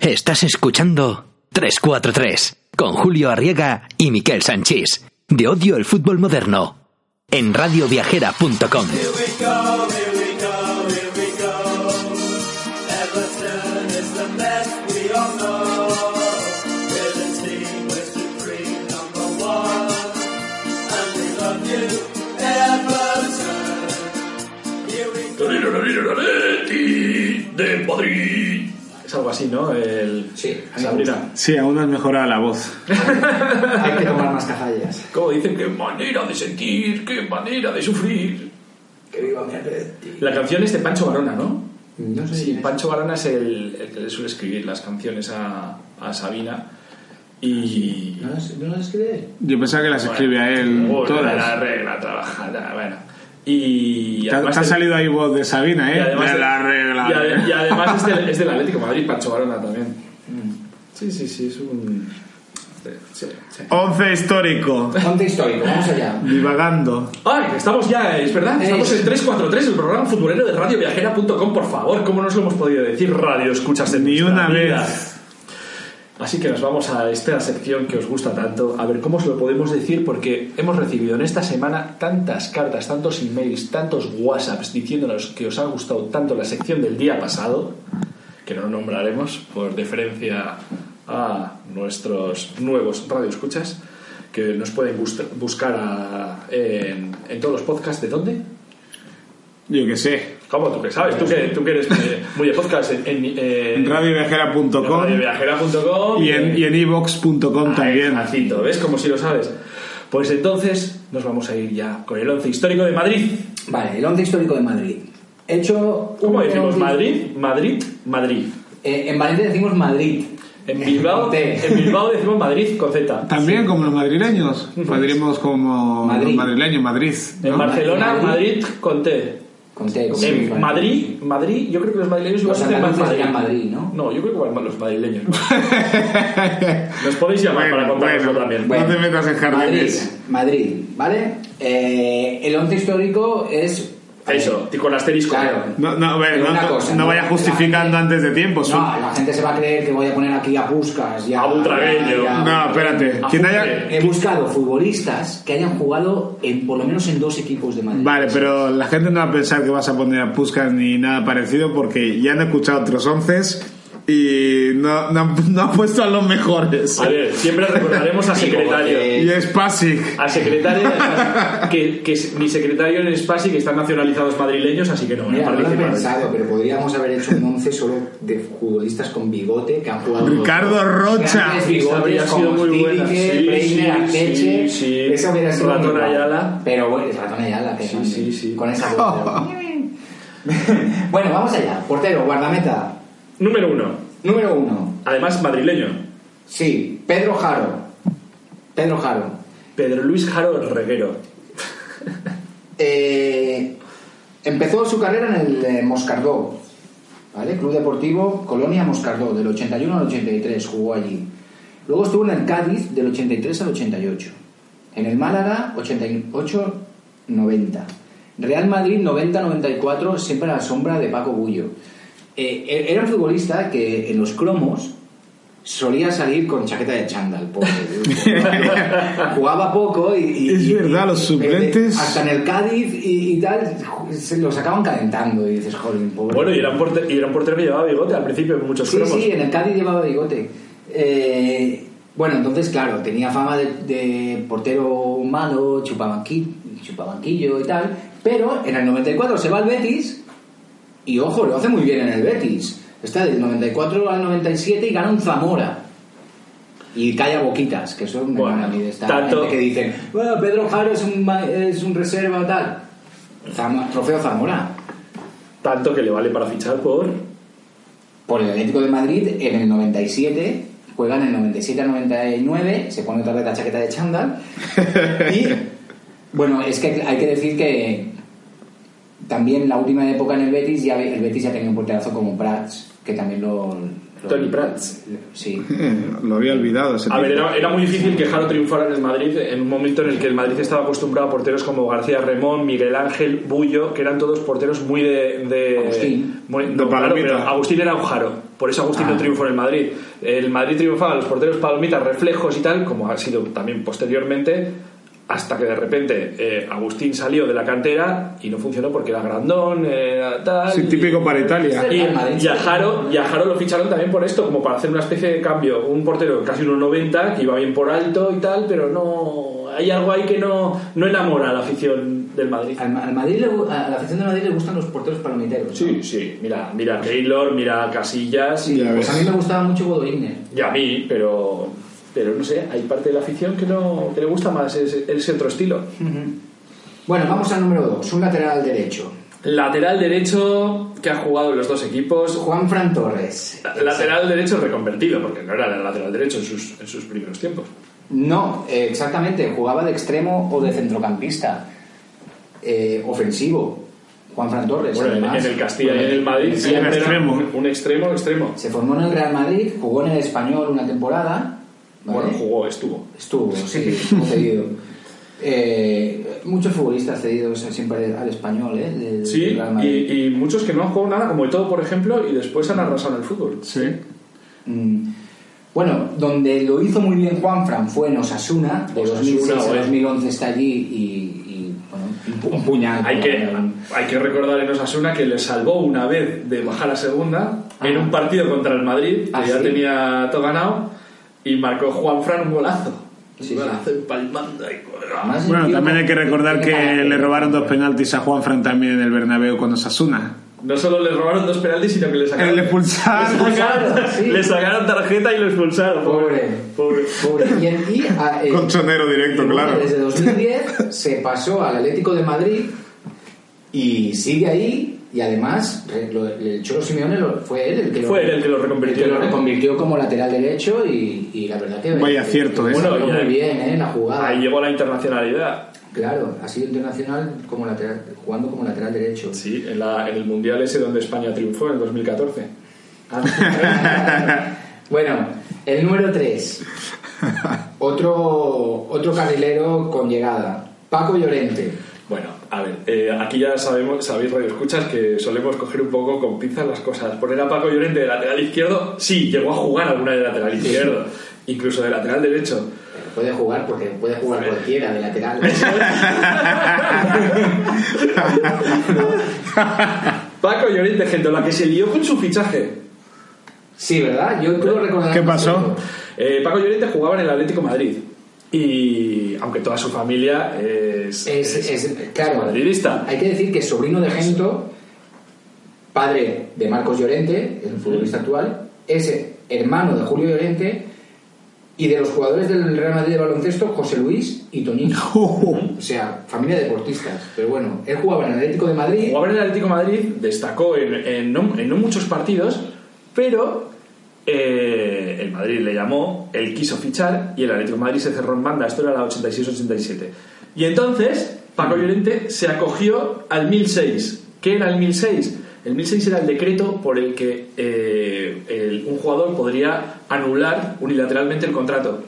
Estás escuchando 343 con Julio Arriega y Miquel Sanchís de Odio el Fútbol Moderno en radioviajera.com. de Madrid. Es algo así, ¿no? El... Sí. Sabrina. Sí, aún has mejorado la voz. Hay que tomar más cazallas. Como dicen, qué manera de sentir, qué manera de sufrir. Que viva mi Atleti. La canción es de Pancho Barona, ¿no? No sé Sí, quién es. Pancho Barona es el, el que le suele escribir las canciones a, a Sabina. Y. ¿No las, no las escribe? Yo pensaba que las escribía él Bueno, La todas. regla trabajada, bueno. Y. Te ha, además te ha del- salido ahí voz de Sabina, y ¿eh? además De del- la regla. Y, ade- y además es del, es del Atlético de Madrid, Pancho Barona también. Mm. Sí, sí, sí, es un. Sí, sí. Once histórico. Ponte histórico, vamos allá. Divagando. ¡Ay! Estamos ya, es verdad, estamos Es. en 343, el programa futbolero de radioviajera.com, por favor, ¿cómo nos lo hemos podido decir? Radio, escuchas de Ni nuestra una vida. vez. Así que nos vamos a esta sección que os gusta tanto, a ver cómo os lo podemos decir, porque hemos recibido en esta semana tantas cartas, tantos emails, tantos whatsapps diciéndonos que os ha gustado tanto la sección del día pasado, que no nombraremos por deferencia a nuestros nuevos radioescuchas, que nos pueden gust- buscar a- en, en todos los podcasts. ¿De dónde? Yo qué sé. ¿Cómo? ¿Tú que sabes? ¿Tú que, tú que eres eh, muy de podcast? En, en, eh, En en Ah, radioviajera.com radioviajera.com y en, y en evox.com Ahí, también. Jacinto, ¿ves? Como si lo sabes. Pues entonces nos vamos a ir ya con el once histórico de Madrid. Vale, el once histórico de Madrid. He hecho. ¿Cómo un- decimos? Madrid, Madrid, Madrid. Eh, en Valencia decimos Madrid. En Bilbao, Con T. en Bilbao decimos Madrid con Z. También como los madrileños. Madrimos como Madrid. los madrileños, Madrid. En ¿no? Barcelona, Madrid. Madrid con T. Con T, como en vale. Madrid, Madrid, yo creo que los madrileños Los igual dicen más andaluces dirán Madrid, ¿no? No, yo creo que igual más los madrileños. Nos podéis llamar para Bueno, contarnos bueno. también. No te metas en jardines. Madrid, Madrid, ¿vale? Eh, el once histórico es. Eso, y con asterisco. Claro. No, no, a ver, Pero no- una no- cosa, no ¿no? vayas justificando La- antes de tiempo. son- No, la gente se va a creer que voy a poner aquí a Buscas y a. A Butragueño. y a- No, espérate. A Quien Júpiter. haya- He buscado futbolistas que hayan jugado en, por lo menos en dos equipos de Madrid. Vale, pero la gente no va a pensar que vas a poner a Puskas ni nada parecido porque ya han escuchado otros once y no, no, han- no han puesto a los mejores. A ver, siempre recordaremos a secretario. porque- Y es Pasic. A secretario de Spasi, que, que es- mi secretario en Spasi, que están nacionalizados madrileños, así que no van a Mira, no lo he participar. pensado, pero podríamos haber hecho un once solo de futbolistas con bigote que han jugado. Ricardo Rocha. Grandes Esa habría bigotes sido como muy buena. Stilike, Sí, sí, Breiner, Arteche. sí, sí. Esa hubiera sido Ratón muy guapa. Ayala. Pero bueno, Ratón Ayala, que Sí, grande. sí, sí. Con esa voz. bueno, vamos allá. Portero, guardameta. Número uno. Número uno. Además, madrileño. Sí, Pedro Jaro. Pedro Jaro. Pedro Luis Jaro Reguero. Eh, empezó su carrera en el eh, Moscardó, ¿vale? Club Deportivo Colonia Moscardó, del 81 al 83 jugó allí. Luego estuvo en el Cádiz del 83 al 88. En el Málaga 88-90. Real Madrid 90-94, siempre a la sombra de Paco Bullo. Eh, er- era un futbolista que en los cromos solía salir con chaqueta de chándal, pobre. Jugaba poco y... y- Es y- verdad, los y- suplentes- hasta en el Cádiz y, y tal, se los acaban calentando y dices, joder, pobre. Bueno, y era un portero, y era un portero que llevaba bigote al principio, en muchos Sí, cromos. sí, en el Cádiz llevaba bigote. Eh, bueno, entonces, claro, tenía fama de, de portero malo, chupabanqui- chupabanquillo y tal, pero en el 94 se va al Betis y, ojo, lo hace muy bien en el Betis. Está del 94 al 97 y gana un Zamora. Y calla boquitas, que son Bueno, a mí de esta tanto- gente que dicen, bueno, Pedro Jaro es un, ma- es un reserva tal. Zamo- trofeo Zamora. Tanto que le vale para fichar por. por el Atlético de Madrid en el 97, juegan en el 97 al 99, se pone otra vez la chaqueta de chándal. Y bueno, es que hay que decir que también la última época en el Betis ya el Betis ya tenía un porterazo como Prats, que también lo, lo- Tony Prats. Sí. Eh, Lo había olvidado. ese A ver, tipo. era, era muy difícil que Jaro triunfara en el Madrid en un momento en el que el Madrid estaba acostumbrado a porteros como García Remón, Miguel Ángel, Bullo, que eran todos porteros muy de. de Agustín. muy- De no, claro, palomita. Ah. pero Agustín era un Jaro, Por eso Agustín no triunfó en el Madrid. El Madrid triunfaba, los porteros palomitas, reflejos y tal, como ha sido también posteriormente, hasta que de repente eh, Agustín salió de la cantera y no funcionó porque era grandón, era tal. Sí, y- típico para Italia. y, Al Madrid. y a Jaro, y a Jaro lo ficharon también por esto, como para hacer una especie de cambio. Un portero casi unos 90 que iba bien por alto y tal, pero no. Hay algo ahí que no, no enamora a la afición del Madrid. Al, Ma- al Madrid le gu- a la afición de Madrid le gustan los porteros palomiteros. ¿no? Sí, sí, mira, mira a Taylor, mira a Casillas Sí, ya Pues a mí ves. me gustaba mucho Bodo Igner. y a mí, pero. Pero no sé, hay parte de la afición que no que le gusta más ese, ese otro estilo. Bueno, vamos al número 2, un lateral derecho. Lateral derecho que ha jugado en los dos equipos, Juan Fran Torres. Lateral derecho reconvertido, porque no era el lateral derecho en sus, en sus primeros tiempos. No, eh, exactamente, jugaba de extremo o de centrocampista. Eh, ofensivo. Juan Fran Torres. Bueno, en, además. en el Castilla y en el Madrid Sí, siempre era era extremo. Un, un extremo, extremo. Se formó en el Real Madrid, jugó en el Español una temporada. ¿vale? Bueno, jugó, estuvo. Estuvo, sí, estuvo cedido. Eh, muchos futbolistas cedidos siempre al español, ¿eh? Del Sí, Real Madrid. y, y muchos que no han jugado nada, como todo, por ejemplo, y después han arrasado en el fútbol. Sí. Mm. Bueno, donde lo hizo muy bien Juanfran fue en Osasuna, de Osasuna, 2006 a oye. 2011 está allí y, y, bueno, un pu- un puñal. Hay como que, llaman. hay que recordar en Osasuna que le salvó una vez de bajar a segunda en Ah. un partido contra el Madrid, que Ah, ya ¿sí? tenía todo ganado, y marcó Juan Fran un golazo. Sí, un sí. golazo empalmando ahí. Además, el Bueno, tío también hay que recordar tiene que carácter. le robaron dos penaltis a Juanfran también en el Bernabéu con Osasuna. No solo le robaron dos penaltis, sino que le sacaron. Le expulsaron. Le sacaron, Sí. le sacaron tarjeta y lo expulsaron. Pobre. Pobre. Pobre. Y, el- y, ah, eh, Conchonero directo, bueno, claro. Desde 2010 se pasó al Atlético de Madrid y sigue ahí. Y además, re- lo- el Cholo Simeone lo- fue él el que lo, Fue él el que lo reconvirtió. el que lo reconvirtió como lateral derecho. Y, y la verdad que. Vaya que- acierto, que ¿eh? salió Bueno, y muy ahí- bien, ¿eh? La jugada. Ahí llegó la internacionalidad. Claro, ha sido internacional como lateral, jugando como lateral derecho. Sí, en, la- en el mundial ese donde España triunfó en el 2014. bueno, el número 3. Otro, otro carrilero con llegada. Paco Llorente. Bueno, a ver, eh, aquí ya sabemos, sabéis, radio escuchas, que solemos coger un poco con pinzas las cosas. Poner a Paco Llorente de lateral izquierdo, sí, llegó a jugar alguna de lateral izquierdo, incluso de lateral derecho. Puede jugar porque puede jugar cualquiera de lateral. Paco Llorente, gente, la que se lió con su fichaje. Sí, ¿verdad? Yo creo recordar. ¿Qué pasó? Eh, Paco Llorente jugaba en el Atlético de Madrid. Y aunque toda su familia es, Es, es- claro, madridista. hay que decir que es sobrino de Gento, padre de Marcos Llorente, el futbolista actual, es hermano de Julio Llorente y de los jugadores del Real Madrid de baloncesto, José Luis y Toñino. O sea, familia de deportistas. Pero bueno, él jugaba en el Atlético de Madrid. Jugaba en el Atlético de Madrid, destacó en, en no, en no muchos partidos, pero eh, el Madrid le llamó, él quiso fichar y el Atlético de Madrid se cerró en banda. Esto era la 86-87. Y entonces Paco Llorente se acogió al 1006. ¿Qué era el 1006? El 1006 era el decreto por el que eh, el- un jugador podría anular unilateralmente el contrato.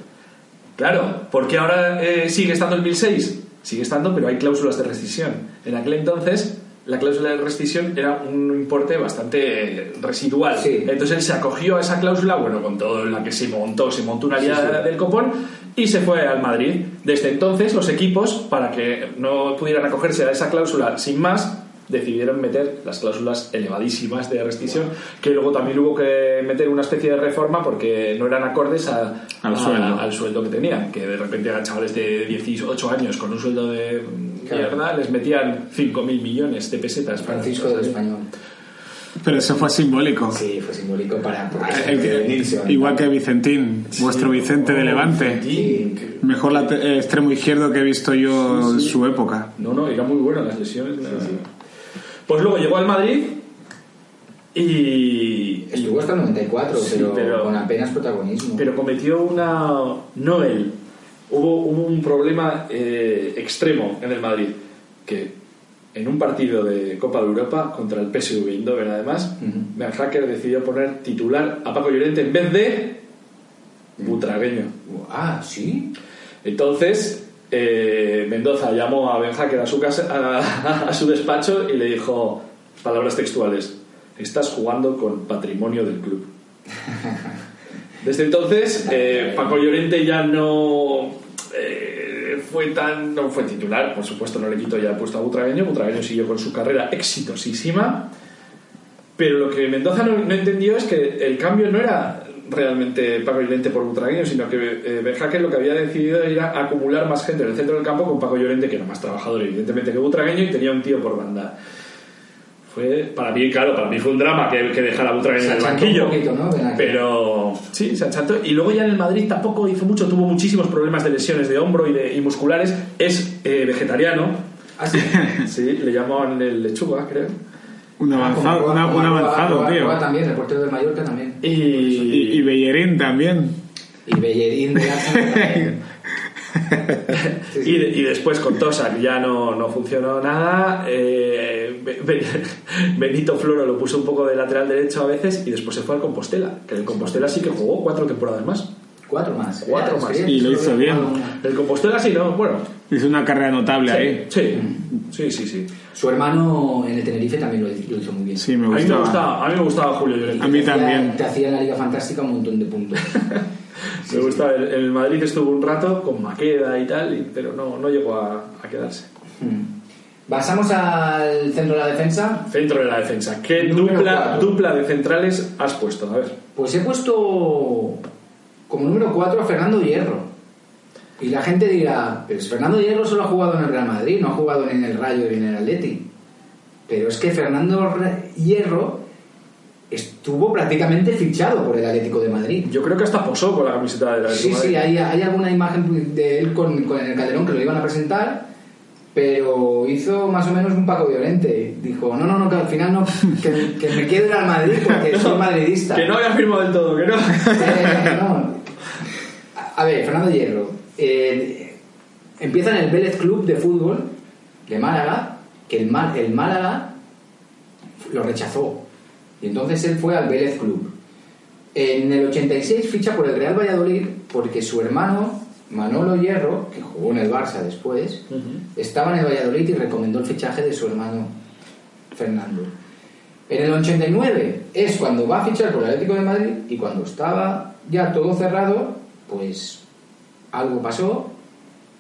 Claro, porque ahora eh, sigue estando el 1006. Sigue estando, pero hay cláusulas de rescisión. En aquel entonces, la cláusula de rescisión era un importe bastante eh, residual. Sí. Entonces él se acogió a esa cláusula, bueno, con todo la que se montó, se montó una liada Sí, sí. del copón y se fue al Madrid. Desde entonces, los equipos, para que no pudieran acogerse a esa cláusula sin más, decidieron meter las cláusulas elevadísimas de rescisión, que luego también hubo que meter una especie de reforma porque no eran acordes a, Al sueldo. al sueldo que tenían, que de repente a chavales de 18 años con un sueldo de Claro. mierda les metían 5.000 millones de pesetas. para- Francisco del Español. Pero eso fue simbólico. Sí, fue simbólico para. porque Eh, hay que venirse, ¿vale? Igual que Vicentín, vuestro Vicente de Levante. Sí. Mejor late- eh, extremo izquierdo que he visto yo en su época. No, no, era muy bueno las lesiones. era- Pues luego llegó al Madrid y... Estuvo hasta el 94, Sí, pero, pero- con apenas protagonismo. Pero cometió una... No él. Hubo, hubo un problema eh, extremo en el Madrid, que en un partido de Copa de Europa contra el PSV Eindhoven además, Ujú. Ben Hacker decidió poner titular a Paco Llorente en vez de Butragueño. Ah, sí. Entonces, eh, Mendoza llamó a Ben Hacker a su, casa, a, a su despacho y le dijo palabras textuales. Estás jugando con patrimonio del club. Desde entonces, eh, Paco Llorente ya no eh, fue tan. no fue titular, por supuesto, no le quito ya el puesto a Butragueño. Butragueño siguió con su carrera exitosísima. Pero lo que Mendoza no, no entendió es que el cambio no era realmente Paco Llorente por Butragueño, sino que eh, Benjaque lo que había decidido era acumular más gente en el centro del campo con Paco Llorente, que era más trabajador, evidentemente, que Butragueño y tenía un tío por banda. Fue, para mí, claro, para mí fue un drama que, que dejara a Butragueño en el achantó un banquillo. poquito, ¿no? Benjaque. Pero sí, se achantó. Y luego ya en el Madrid tampoco hizo mucho, tuvo muchísimos problemas de lesiones de hombro y, de, y musculares. Es eh, vegetariano, Ah, sí. sí, le llaman el lechuga, creo. Un avanzado, Como una- Roa- un Roa- avanzado, Roa- tío. Roa también, el portero del Mallorca también. Y, Y, y Bellerín también. Y Bellerín de Arsenal también. Sí, sí. y, y después con Tosak ya no, no funcionó nada. eh, Be- Be- Benito Floro lo puso un poco de lateral derecho a veces y después se fue al Compostela, que en el Compostela sí que jugó cuatro temporadas más. Cuatro más. Cuatro más. Y lo hizo bien. El Compostela sí, no, bueno. Hizo una carrera notable ahí. Sí, sí, sí, sí. sí. Su hermano en el Tenerife también lo, lo hizo muy bien. Sí, me A mí me gustaba. gustaba, a mí me gustaba Julio Llorente. A mí Te hacía- también. Te hacía en la Liga Fantástica un montón de puntos. Me gusta, en el Madrid estuvo un rato con Maqueda y tal, y- pero no, no llegó a, a quedarse. Mm. Pasamos al centro de la defensa. Centro de la defensa. ¿Qué Número dupla, cuatro. dupla de centrales has puesto? A ver. Pues he puesto como número 4 a Fernando Hierro. Y la gente dirá, pero si Fernando Hierro solo ha jugado en el Real Madrid, no ha jugado ni en el Rayo ni en el Atleti. Pero es que Fernando Re- Hierro estuvo prácticamente fichado por el Atlético de Madrid. Yo creo que hasta posó con la camiseta de la Sí, sí, hay, hay alguna imagen de él con, con el Calderón que lo iban a presentar, pero hizo más o menos un Paco Violente. Dijo, no, no, no, que al final no, que, que me quedo en el Madrid porque soy madridista. Que no había firmado del todo, que no. Eh, no. A- A ver, Fernando Hierro. eh, empieza en el Vélez Club de Fútbol de Málaga, que el, Má- el Málaga lo rechazó. Y entonces él fue al Vélez Club. En el 86 ficha por el Real Valladolid porque su hermano, Manolo Hierro, que jugó en el Barça después, estaba en el Valladolid y recomendó el fichaje de su hermano Fernando. En el 89 es cuando va a fichar por el Atlético de Madrid y cuando estaba ya todo cerrado, pues algo pasó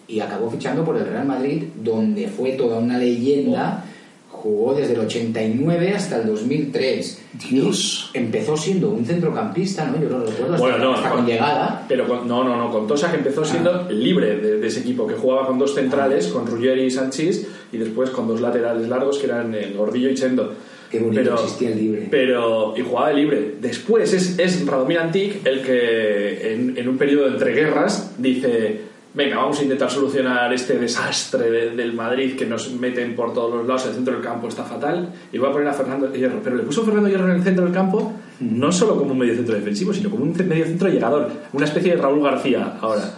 y acabó fichando por el Real Madrid, donde fue toda una leyenda. Jugó desde el 89 hasta el 2003. Dios. empezó siendo un centrocampista, ¿no? Yo lo recuerdo hasta, Bueno, no, hasta no. con llegada. Pero con- no, no, no, con Tosa que empezó Ah. siendo el libre de, de ese equipo, que jugaba con dos centrales, con Ruggeri y Sanchís, y después con dos laterales largos que eran el Gordillo y Chendo. Qué bonito existía el libre. Pero, y jugaba de libre. Después es, es Radomir Antic el que en, en un periodo de entreguerras dice, venga, vamos a intentar solucionar este desastre de- del Madrid que nos meten por todos los lados, el centro del campo está fatal, y va a poner a Fernando Hierro. Pero le puso Fernando Hierro en el centro del campo Mm. no solo como un medio centro defensivo, sino como un ce- medio centro llegador, una especie de Raúl García ahora.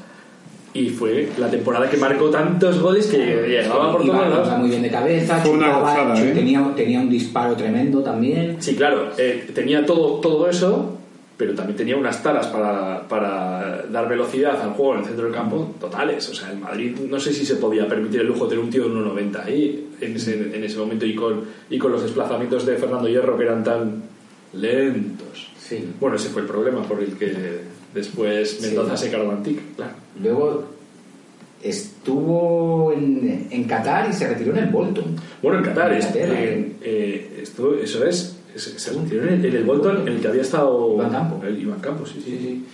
Y fue la temporada que marcó tantos goles que llegaba por Iba- todos lados. iba muy bien de cabeza, Fue una chutaba, gozada, ¿eh? tenía, tenía un disparo tremendo también. Sí, claro, eh, tenía todo, todo eso, pero también tenía unas taras para, para dar velocidad al juego en el centro del campo totales. O sea, el Madrid no sé si se podía permitir el lujo de tener un tío de 1,90 ahí en ese, en ese momento y con, y con los desplazamientos de Fernando Hierro que eran tan lentos. Sí. Bueno, ese fue el problema por el que después Mendoza se cargó a Antic, claro. Luego estuvo en, en Qatar y se retiró en el Bolton. Bueno, en Qatar, En es- Inglaterra. eh, eh, esto, eso es, es- se retiró en el, en el Bolton en el que había estado Iván Campo. el Iván Campo, sí, sí, sí.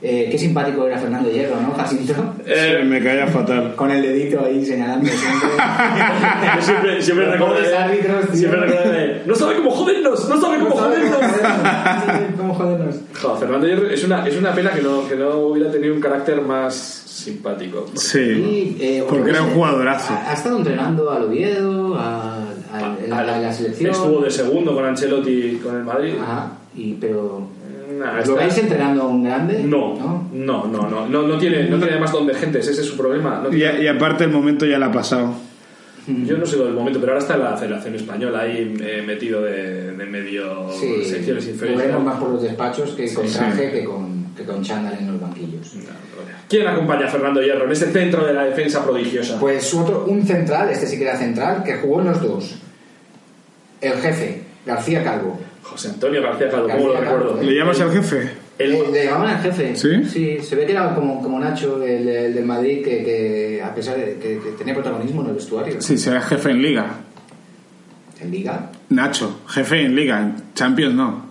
Eh, qué simpático era Fernando Hierro, ¿no, Jacinto? Sí, me caía fatal. Con el dedito ahí señalando siempre. Yo siempre, siempre Los recuerdo pobres de- árbitros, tío. siempre recuerdo de, no sabe cómo jodernos, no sabe cómo jodernos. ¿Cómo jodernos? Joder, Fernando Hierro es una, es una pena que no, que no hubiera tenido un carácter más simpático. Sí. Y, eh, Porque era un Orbese jugadorazo. Ha, ha estado entrenando al Oviedo, a, a- a Ah, la, a la selección. Ah, Estuvo de segundo con Ancelotti con el Madrid. Ajá, y, pero. Nah, ¿Lo está- veis entrenando a un grande? No, no, no, no, no, no tiene, no tiene más don de gentes, ese es su problema. No Y, tiene- a- y aparte el momento ya la ha pasado. yo no sé lo del momento, pero ahora está la Federación Española ahí eh, metido de, de medio Sí, secciones inferiores. jugaremos más por los despachos que con traje que con, que con chándal en los banquillos. ¿Quién acompaña a Fernando Hierro en ese centro de la defensa prodigiosa? Pues otro, un central, este sí que era central, que jugó en los dos. El jefe, García Calvo. José Antonio García Calvo, ¿cómo lo García Calvo. recuerdo? ¿Le llamas al jefe? El- Eh, le llamaban al jefe. ¿Sí? se ve que era como, como Nacho, el, el del Madrid, que, que a pesar de que, que tenía protagonismo en el vestuario. Sí, será jefe en liga. ¿En Liga? Nacho, jefe en liga. En Champions no.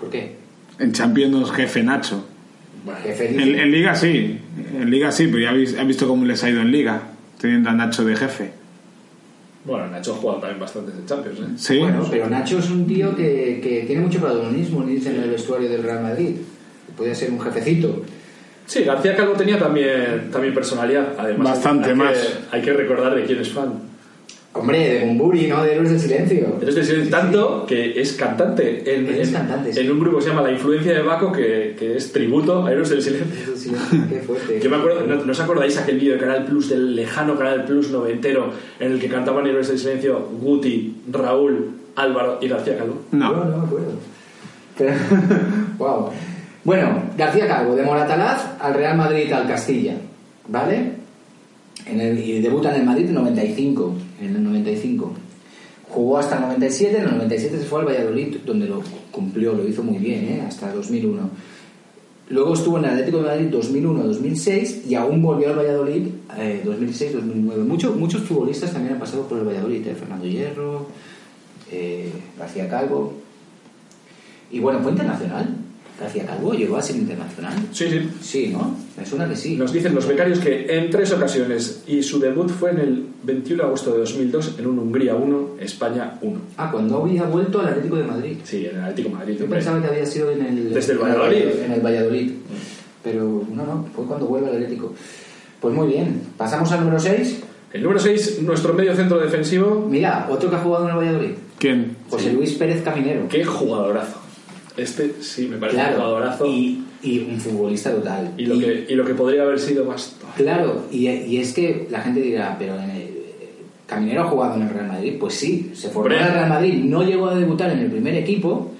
¿Por qué? En Champions no es jefe Nacho. Jefe En, en liga sí. En liga sí, pero ya habéis- has visto cómo les ha ido en liga, teniendo a Nacho de jefe. Bueno, Nacho ha jugado también bastantes en Champions, ¿eh? Sí. Bueno, pero Nacho es un tío que, que tiene mucho protagonismo, dicen, en el vestuario del Real Madrid. Podía ser un jefecito. Sí, García Calvo tenía también, también personalidad, además. Bastante hay que- más. hay que recordar de quién es fan. Hombre, de Bumburi, ¿no? De Héroes del Silencio. Es decir, tanto que es cantante en, Es en- cantante, sí. en un grupo que se llama La Influencia de Baco, que, que es tributo a Héroes del Silencio. Héroes del Silencio, Qué fuerte. Yo me acuerdo, ¿no, no os acordáis aquel vídeo de Canal Plus, del lejano Canal Plus noventero, en el que cantaban Héroes del Silencio Guti, Raúl, Álvaro y García Calvo? Yo No. no me acuerdo. Pero, wow. Bueno, García Calvo, de Moratalaz al Real Madrid al Castilla, ¿vale? En el- y debuta en el Madrid en 95, en el 95. Jugó hasta el 97, en el 97 se fue al Valladolid, donde lo cumplió, lo hizo muy bien, ¿eh? hasta 2001. Luego estuvo en el Atlético de Madrid 2001-2006 y aún volvió al Valladolid eh, 2006-2009. Muchos, muchos futbolistas también han pasado por el Valladolid, ¿eh? Fernando Hierro, eh, García Calvo. Y bueno, fue internacional. García Calvo llegó a ser internacional. Sí, sí. Sí, ¿no? Me suena que sí. Nos dicen los becarios que en tres ocasiones, y su debut fue en el 21 de agosto de 2002 en un Hungría 1, España 1. Ah, cuando había vuelto al Atlético de Madrid. Sí, en el Atlético de Madrid. Yo hombre. pensaba que había sido en el... Desde el en Valladolid. En el Valladolid. Pero no, no, fue cuando vuelve al Atlético. Pues muy bien, pasamos al número 6. El número 6, nuestro medio centro defensivo. Mira, otro que ha jugado en el Valladolid. ¿Quién? José Luis Pérez Caminero. ¡Qué jugadorazo! Este sí me parece un jugadorazo. Y, y un futbolista total. Y lo, que, y lo que podría haber sido más. Claro, y, y es que la gente dirá, pero en el- Caminero ha jugado en el Real Madrid. Pues sí, se formó Hombre. en el Real Madrid, no llegó a debutar en el primer equipo,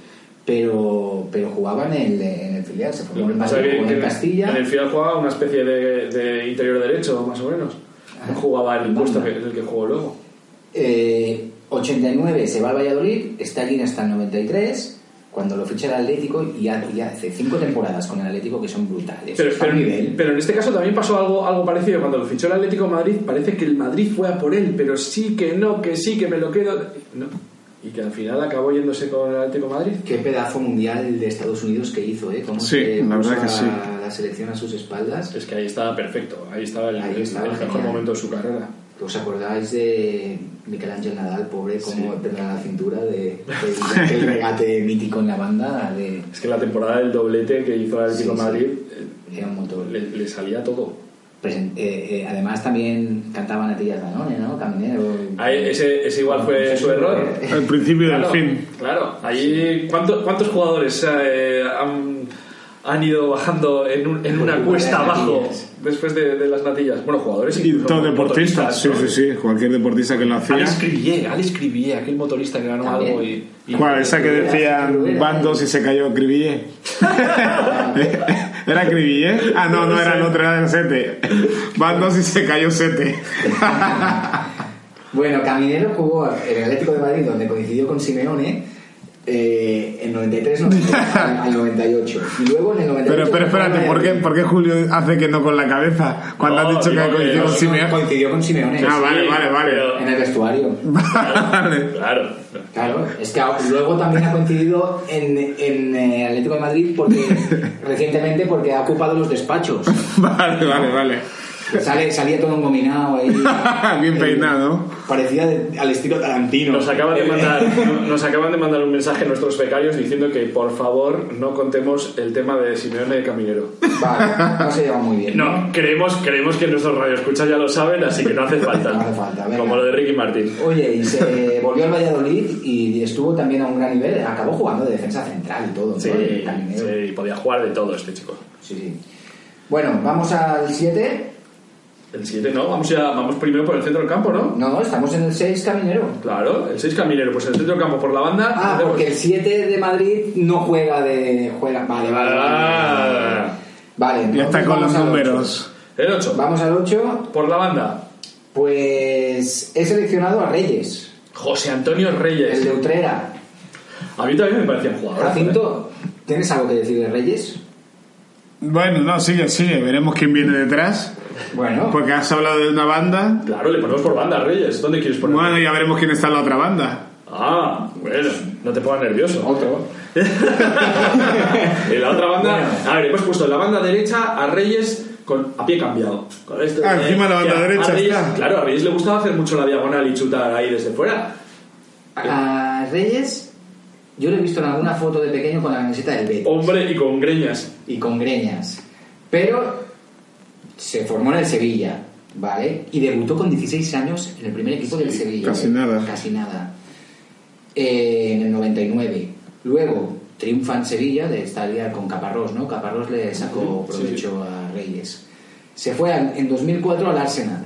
pero, pero jugaba en el, en el filial, se Lo formó en que el pasa Madrid, que jugó en en, el Castilla. en el final jugaba una especie de, de interior derecho, más o menos. No jugaba en el puesto que- en el que jugó luego. Eh, 89 se va al Valladolid, está allí hasta el 93, cuando lo ficha el Atlético y, ha- y hace cinco temporadas con el Atlético que son brutales. Pero, Está a pero- nivel. pero en este caso también pasó algo, algo parecido. Cuando lo fichó el Atlético de Madrid, parece que el Madrid fue a por él, pero sí que no, que sí, que me lo quedo. No. Y que al final acabó yéndose con el Atlético de Madrid. Qué pedazo mundial de Estados Unidos que hizo, ¿eh? Cómo Sí, se la puso verdad que a sí. la selección a sus espaldas. Es que ahí estaba perfecto, ahí estaba el, Ahí estaba, el mejor genial. momento de su carrera. ¿Os acordáis de Miguel Ángel Nadal, pobre, cómo perdió la cintura de, de- del regate mítico en la banda? De, Es que la temporada del doblete que hizo el Atlético Sí, de sí. Madrid era un eh, motor. le, le salía todo. Pues, eh, eh, además también cantaban a Tías Danone, ¿no? Caminero. Ah, ese, ese igual pues fue su error. Al principio Claro, del fin. claro. Ahí, ¿cuánto- ¿Cuántos jugadores eh, han, han ido bajando en, un- en una Por cuesta las abajo natillas. después de, de las natillas? Bueno, jugadores Y incluso todo deportista. motoristas, Sí, ¿no? sí, sí. Cualquier deportista que lo hacía. Alex Cribier, Alex Cribier, aquel motorista que ganó También. algo y... y- ¿Cuál? Esa que ¿eh? decían bandos y se cayó Cribillé. ¿Era Cribillé? Ah, no, no era el otro, era el Sete. Bandos y se cayó Sete. Bueno, Caminero jugó en el Atlético de Madrid, donde coincidió con Simeone, eh, en 93 al al 98. Y luego en el 98. Pero, pero espérate, ¿por qué, ¿por qué Julio hace que no con la cabeza cuando No, has dicho digo que que coincidió no, con Simeone? Coincidió con Simeone. Ah, vale, vale, vale. pero- En el vestuario. Vale. Claro. Claro, es que ahora- luego también ha coincidido en, en eh, Atlético de Madrid porque recientemente porque ha ocupado los despachos. Vale, vale, vale. Sale, salía todo engominado ahí. Bien Eh, peinado. Parecía de- al estilo Tarantino. Eh, Nos acaban, de mandar, nos acaban de mandar un mensaje nuestros becarios diciendo que por favor no contemos el tema de Simeone de Caminero. eh, Vale, no se lleva muy bien. No, creemos, creemos que nuestros radioescuchas ya lo saben, así que no hace falta. No hace falta, venga. Como lo de Ricky Martín. Oye, y se volvió al Valladolid y estuvo también a un gran nivel. Acabó jugando de defensa central y todo. Sí, ¿no? El caminero. sí, podía jugar de todo este chico. Sí, sí. Bueno, vamos al 7. El 7 no, vamos, ya, vamos primero por el centro del campo, ¿no? No, estamos en el 6 caminero. Claro, el 6 caminero, pues el centro del campo por la banda. Ah, hacemos- porque el 7 de Madrid no juega de. Juega. Vale, vale. Vale, vale, vale. Ah. Vale, Ya está entonces con los vamos al números. El 8, ocho. Vamos al 8. por la banda, Pues he seleccionado a Reyes, José Antonio el Reyes. de Utrera. A mí también me parecía un jugador. Jacinto, ¿tienes algo que decir de Reyes? Bueno, no, sigue, sigue. Veremos quién viene detrás. Bueno, Porque has hablado de una banda. ¿eh? Claro, le ponemos por banda, Reyes. ¿Dónde quieres poner? Bueno, ya veremos quién está en la otra banda. Ah, bueno, no te pongas nervioso. otro. en la otra banda, Bueno. a ver, hemos puesto en la banda derecha a Reyes con a pie cambiado. Con esto, Ah, encima la banda que a- a derecha Reyes- está. Claro, a Reyes le gustaba hacer mucho la diagonal y chutar ahí desde fuera. A Reyes, yo lo he visto en alguna foto de pequeño con la camiseta del Betis Hombre y con greñas. y con greñas. Pero se formó en el Sevilla, ¿vale? Y debutó con 16 años en el primer equipo del Sevilla. casi ¿eh? nada. Casi nada. Eh, en el 99. Luego triunfa en Sevilla de estaría con Caparrós, ¿no? Caparrós le sacó Ujú, sí, provecho a Reyes. Se fue al- en 2004 al Arsenal,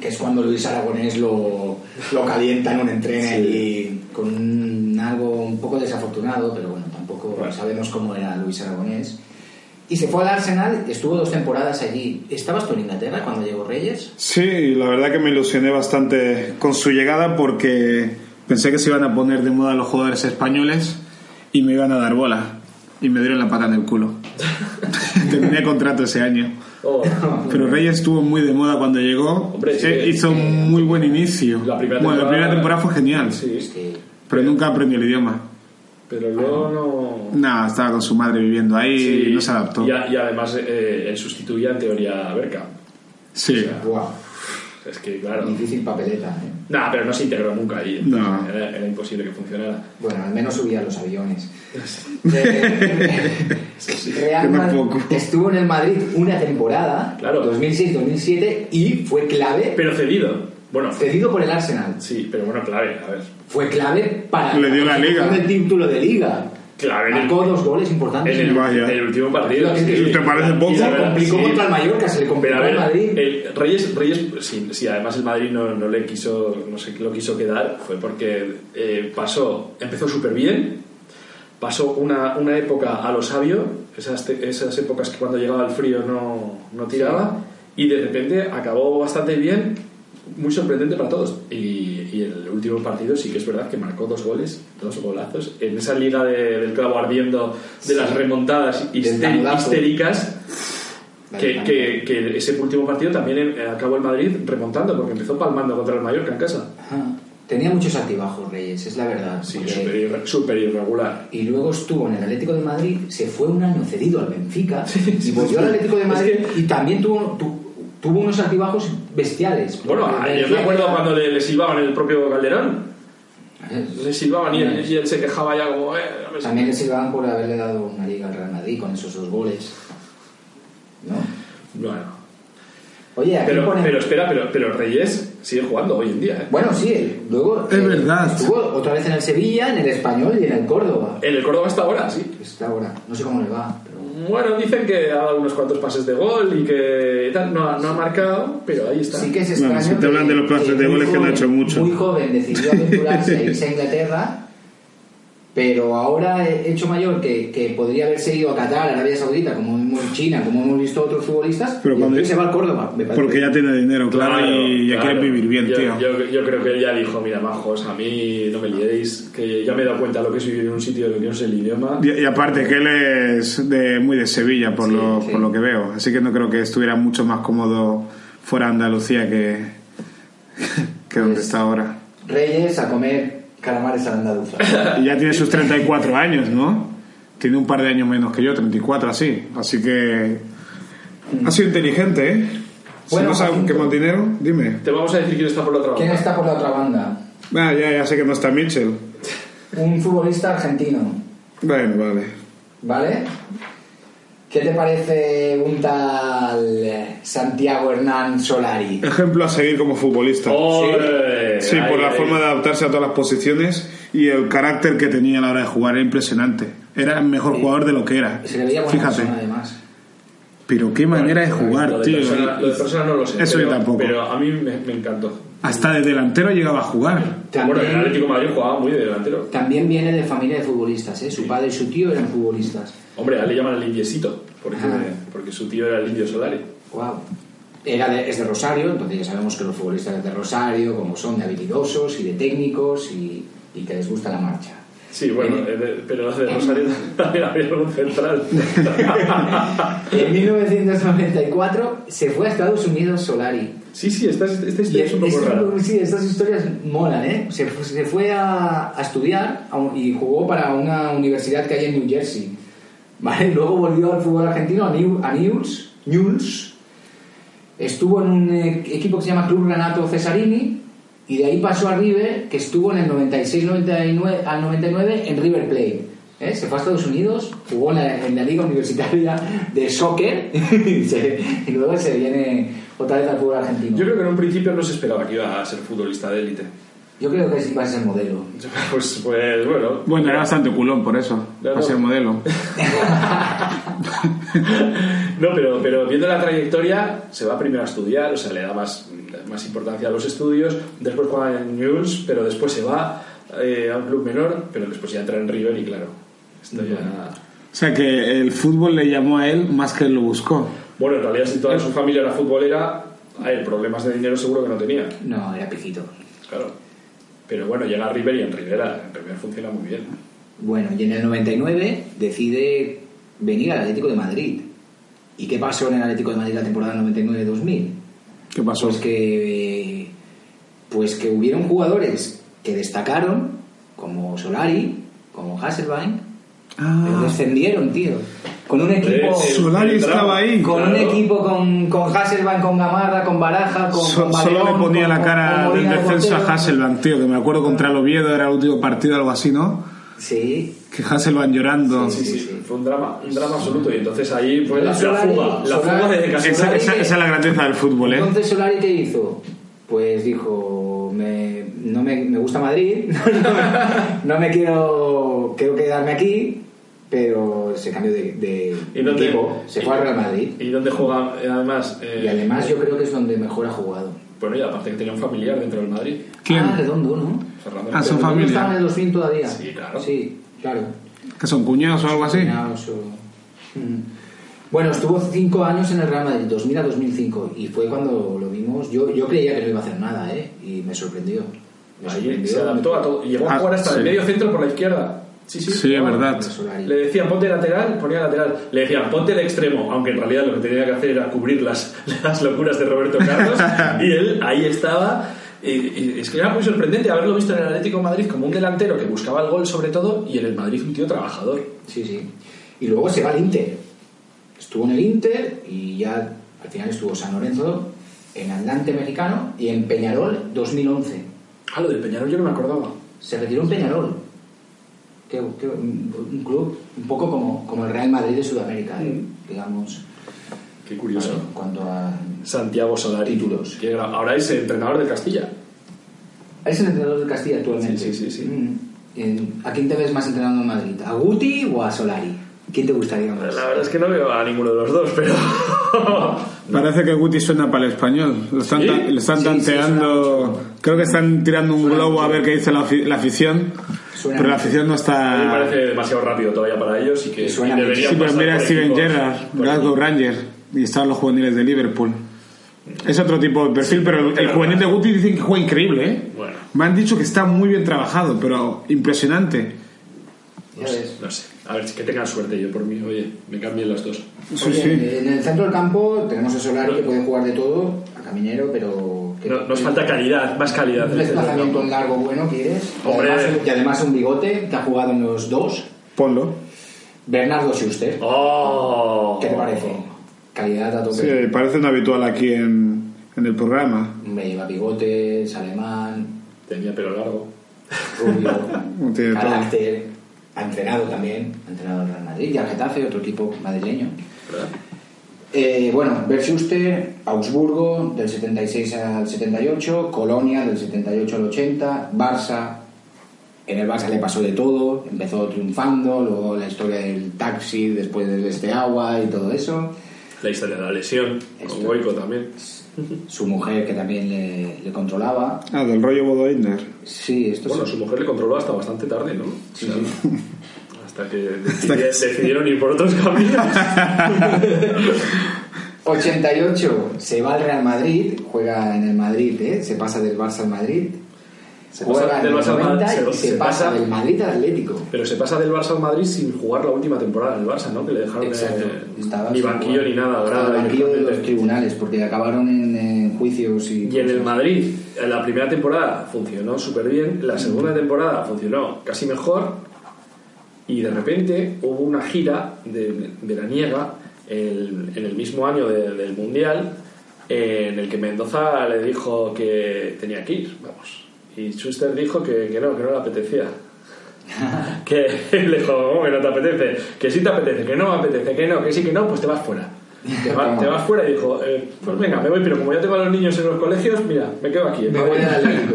que es cuando Luis Aragonés lo, lo calienta en un entreno y con un- algo un poco desafortunado, pero bueno, tampoco sabemos cómo era Luis Aragonés. Y se fue al Arsenal, estuvo dos temporadas allí. ¿Estabas tú en Inglaterra cuando llegó Reyes? Sí, y la verdad que me ilusioné bastante con su llegada porque pensé que se iban a poner de moda los jugadores españoles y me iban a dar bola. Y me dieron la pata en el culo. Terminé contrato ese año. Oh, Pero Reyes estuvo muy de moda cuando llegó. Hombre, sí. Eh, hizo un muy buen inicio. La primera bueno, la temporada- primera temporada fue genial, Es sí, que pero nunca aprendió el idioma. pero luego no. Nada, estaba con su madre viviendo ahí Ah. y no se adaptó. Y, a- y además eh, él sustituía en teoría a Berka. Sí. Guau, Es que, claro. difícil papeleta, ¿eh? Nah, pero no se integró nunca ahí. No. Era, era imposible que funcionara. Bueno, al menos subía a los aviones. Eh, Real Yo Madrid- tampoco. estuvo en el Madrid una temporada, Claro. 2006-2007, y fue clave, Pero cedido. Bueno, cedido por el Arsenal. sí, pero bueno, clave. A ver. Fue clave para Le dio la liga. el título de liga. Claro, en el- Marcó dos goles importantes. En el, Vaya. en el último partido. Lo que sí. te- ¿Te parece Y la poco? verdad, complicó sí. contra el Mallorca, se le complicó Pero a ver, al Madrid. el Reyes, Reyes si, si además el Madrid no, no le quiso, no sé, lo quiso quedar, fue porque eh, pasó, empezó súper bien, pasó una, una época a lo sabio, esas, te- esas épocas que cuando llegaba el frío no, no tiraba, y de repente acabó bastante bien, muy sorprendente para todos. Y, y el último partido sí que es verdad que marcó dos goles, dos golazos, en esa liga de- del clavo ardiendo, de las remontadas Del histé- tanglazo. histéricas. Que, Vale, que- que ese último partido también eh, acabó el Madrid remontando, porque empezó palmando contra el Mallorca en casa. Ajá. Tenía muchos altibajos, Reyes, es la verdad. Sí, porque- súper irre- súper irregular. y luego estuvo en el Atlético de Madrid, se fue un año cedido al Benfica y volvió al Atlético de Es Madrid que- y también tuvo, tu- tuvo unos altibajos bestiales. Bueno, Porque a- yo decía me acuerdo que- cuando le, le silbaban el propio Calderón. Le silbaban y él, Hombre. y él se quejaba ya como... eh, a ver si- También le silbaban por haberle dado una liga al Real Madrid con esos dos goles. ¿No? Bueno. Oye, aquí Pero, ponen- pero espera, pero, pero Reyes sigue jugando hoy en día. ¿eh? Bueno, sí, luego... eh, Es verdad. Estuvo otra vez en el Sevilla, en el Español y en el Córdoba. En el Córdoba hasta ahora, sí. Está ahora, no sé cómo le va, pero... Bueno, dicen que ha dado unos cuantos pases de gol y que tal, no, ha- no ha marcado, pero ahí está. Sí que es Bueno, extraño. si te hablan de los plazos muy de goles que no ha joven- hecho mucho. Muy joven decidió aventurarse a irse a Inglaterra, pero ahora he hecho mayor que, que podría haberse ido a Qatar, Arabia Saudita, como hemos China, como hemos visto otros futbolistas, Pero y cuando- después se va al Córdoba. me parece. Porque ya tiene dinero, claro, y ya claro. quiere vivir bien, yo, tío. Yo, yo creo que él ya dijo, mira, majos, a mí no me liéis, que ya me he dado cuenta lo que es vivir en un sitio de lo que no sé el idioma. Y, y aparte que él es de, muy de Sevilla, por, Sí, lo, sí. por lo que veo. Así que no creo que estuviera mucho más cómodo fuera de Andalucía que, que donde está ahora. Reyes a comer calamares a la andaluza. Y ya tiene sus 34 años, ¿no? Tiene un par de años menos que yo, 34 así. Así que ha sido inteligente, ¿eh? Bueno, si no sabes Jacinto. qué más dinero, dime. Te vamos a decir quién está por la otra ¿Quién banda. está por la otra banda? Ah, ya, ya sé que no está Mitchell. Un futbolista argentino, Bueno, vale. ¿vale? ¿Qué te parece un tal Santiago Hernán Solari? Ejemplo a seguir como futbolista. Oh, ¡Ole! Sí, Ahí, por la ahí. forma de adaptarse a todas las posiciones y el carácter que tenía a la hora de jugar era impresionante. Era el mejor jugador de lo que era. Se le veía buena Fíjate. persona, eh. además. Pero qué manera de Lo jugar, de tío. persona- lo de persona no lo sé. Eso yo pero- tampoco. Pero a mí me, me encantó. Hasta de delantero llegaba a jugar. También- Bueno, el Atlético de Madrid jugaba muy de delantero. También viene de familia de futbolistas, ¿eh? Su padre y su tío eran futbolistas. Hombre, a él le llaman el indiecito, porque, Ah. porque su tío era el indio Solari. Wow. Era de- es de Rosario, entonces ya sabemos que los futbolistas de Rosario, como son de habilidosos y de técnicos y, y que les gusta la marcha. Sí, bueno, eh, de- pero de Rosario también había algún central. En 1994 se fue a Estados Unidos Solari. sí, sí, esta, es- esta Y historia es un poco es- rara. sí, estas historias molan, ¿eh? Se, fu- se fue a, a estudiar a un- y jugó para una universidad que hay en New Jersey. ¿Vale? Luego volvió al fútbol argentino, a, New, a Newell's, Newell's. Estuvo en un eh, equipo que se llama Club Renato Cesarini. Y de ahí pasó a River, que estuvo en el 96 99, al 99 en River Plate. ¿eh? Se fue a Estados Unidos, jugó en la, en la Liga Universitaria de Soccer y, se- y luego se viene otra vez al fútbol argentino. Yo creo que en un principio no se esperaba que iba a ser futbolista de élite. Yo creo que sí va a ser modelo. Pues, pues bueno. Bueno, era bastante culón por eso, Claro. para ser modelo. No, pero, pero viendo la trayectoria, se va primero a estudiar, o sea, le da más, más importancia a los estudios, después juega en News, pero después se va eh, a un club menor, pero después ya entra en River y claro, esto ya... O sea que el fútbol le llamó a él más que lo buscó. Bueno, en realidad si toda Eh. su familia era futbolera, a él problemas de dinero seguro que no tenía, No, era Pejito. claro. Pero bueno, llega a River y en Rivera, en River funciona muy bien. Bueno, y en el 99 decide venir al Atlético de Madrid. ¿Y qué pasó en el Atlético de Madrid la temporada 99-2000? ¿Qué pasó? Pues que, pues que hubieron jugadores que destacaron, como Solari, como Hasselbein, pero Ah, descendieron, tío. Con un equipo... Eh, Solari el estaba drama. ahí. Con un claro. equipo con, con Hasselbank, con Gamarra, con Baraja, con. So- con solo le Valerón, ponía con- la cara con del Molina de defensa a portero. Hasselbank, tío, que me acuerdo contra el Oviedo era el último partido, algo así, ¿no? Sí, Que Hasselbank llorando. Sí, sí, sí. fue un drama, un drama absoluto y entonces ahí fue la, la Solari- fuga, la fuga Solari- de Casemiro. Esa, esa- esa es la grandeza del fútbol, ¿eh? Entonces Solari qué hizo? Pues dijo, me, no me, me gusta Madrid, no me quiero, quiero quedarme aquí, pero se cambió de, de ¿Y dónde- equipo, se y- fue al Real Madrid. ¿Y dónde juega eh, además? eh, Y además yo creo que es donde mejor ha jugado. Bueno, y aparte que tenía un familiar dentro del Madrid. ¿Quién? Ah, redondo, ¿no? Fernando Ah, son Redondo. familia. ¿Estaba en el 2000 todavía? Sí, claro. Sí, claro. ¿Que son cuñados o algo así? Peinaos o- Mm. Bueno, estuvo cinco años en el Real Madrid, 2000 a 2005, y fue cuando lo vimos. Yo, yo creía que no iba a hacer nada, ¿eh? Y me sorprendió. Me Ahí sorprendió. se adaptó a todo. Y llegó Ah, a jugar hasta sí. el medio centro por la izquierda. Sí, sí. Sí, es jugaba. verdad. Solari. Le decían ponte lateral, ponía lateral. Le decían ponte de extremo, aunque en realidad lo que tenía que hacer era cubrir las, las locuras de Roberto Carlos. y él ahí estaba. Y, y es que era muy sorprendente haberlo visto en el Atlético de Madrid como un delantero que buscaba el gol sobre todo y en el Madrid un tío trabajador. Sí, sí. Y luego se va al Inter. Estuvo en el Inter y ya al final estuvo San Lorenzo, en Atlante Mexicano y en Peñarol 2011. Ah, lo del Peñarol yo no me acordaba. Se retiró en Peñarol. Que, que un un club un poco como, como el Real Madrid de Sudamérica, ¿eh? Mm. digamos, Qué curioso. en cuanto a Santiago Solari. Títulos. Que era- ahora es entrenador del Castilla. Es el entrenador del Castilla actualmente. Sí, sí, sí, sí. Mm. En- ¿A quién te ves más entrenando en Madrid? ¿A Guti o a Solari? ¿Quién te gustaría más? La verdad es que no veo a ninguno de los dos, pero. Parece que Guti suena para el español. Lo están, ¿Sí? ta- le están Sí, sí, tanteando. Creo que están tirando un Suena globo a mucho. ver qué dice la, afi- la afición. Suena pero la mucho. afición no A mí me parece está. demasiado rápido todavía para ellos y que Y suena y deberían Sí, pero pasar mira a por Steven equipos- Gerrard, por Glasgow equipos. Rangers y están los juveniles de Liverpool. Es otro tipo de perfil, pero el, el pero- juvenil de Guti dicen que juega increíble, ¿eh? Bueno. Me han dicho que está muy bien trabajado, pero impresionante. Ya ves. No sé. A ver, que tengan suerte yo por mí. Oye, me cambien las dos. Sí, Oye, sí. En el centro del campo tenemos a Solari que puede jugar de todo, a Caminero, pero... que- No- nos falta calidad, más calidad. Un desplazamiento en largo bueno, ¿quieres? Y Hombre. además- Y además un bigote que ha jugado en los dos. Ponlo. Bernardo Schuster. ¡Oh! ¿Qué te parece? Calidad a Sí, tope. parece un habitual aquí en, en el programa. Me lleva bigote, es alemán, Tenía pelo largo. rubio, Tiene todo. carácter, ha entrenado también, ha entrenado al Real Madrid y al Getafe, otro equipo madrileño. ¿Verdad? Eh, bueno, Bert Schuster, Augsburgo del 76 al 78, Colonia del 78 al 80, Barça. En el Barça le pasó de todo, empezó triunfando, luego la historia del taxi después del este agua y todo eso. La historia de la lesión. Con Esto. Goico también. Su mujer que también le, le controlaba. Ah, del rollo Bodoiner. Sí, esto Bueno, sí. su mujer le controló hasta bastante tarde, ¿no? Sí, O sea, sí. Hasta que decidi- decidieron ir por otros caminos. 88 se va al Real Madrid, juega en el Madrid, ¿eh? se pasa del Barça al Madrid. Se Juega juega en del el Barça al 90 Madrid, y se- se, se pasa pasa- del Madrid al Atlético. Pero se pasa del Barça al Madrid sin jugar la última temporada del Barça, ¿no? Que le dejaron eh, Exacto. Estaba ni sin banquillo jugar. ni nada. Estaba grada, banquillo de los directamente. tribunales, porque acabaron en, eh, juicios y. Y en el Madrid, en la primera temporada funcionó súper bien, la segunda temporada funcionó casi mejor, y de repente hubo una gira de veraniega el- en el mismo año de- del Mundial, eh, en el que Mendoza le dijo que tenía que ir, vamos. Y Schuster dijo que, que no, que no le apetecía. que le dijo, ¿cómo que no te apetece? Que sí te apetece, que no me apetece, que no, que sí, que no, pues te vas fuera. Te, va- te vas fuera y dijo, eh, pues venga, me voy, pero como ya tengo a los niños en los colegios, mira, me quedo aquí. en Me Madrid". voy al Atlético.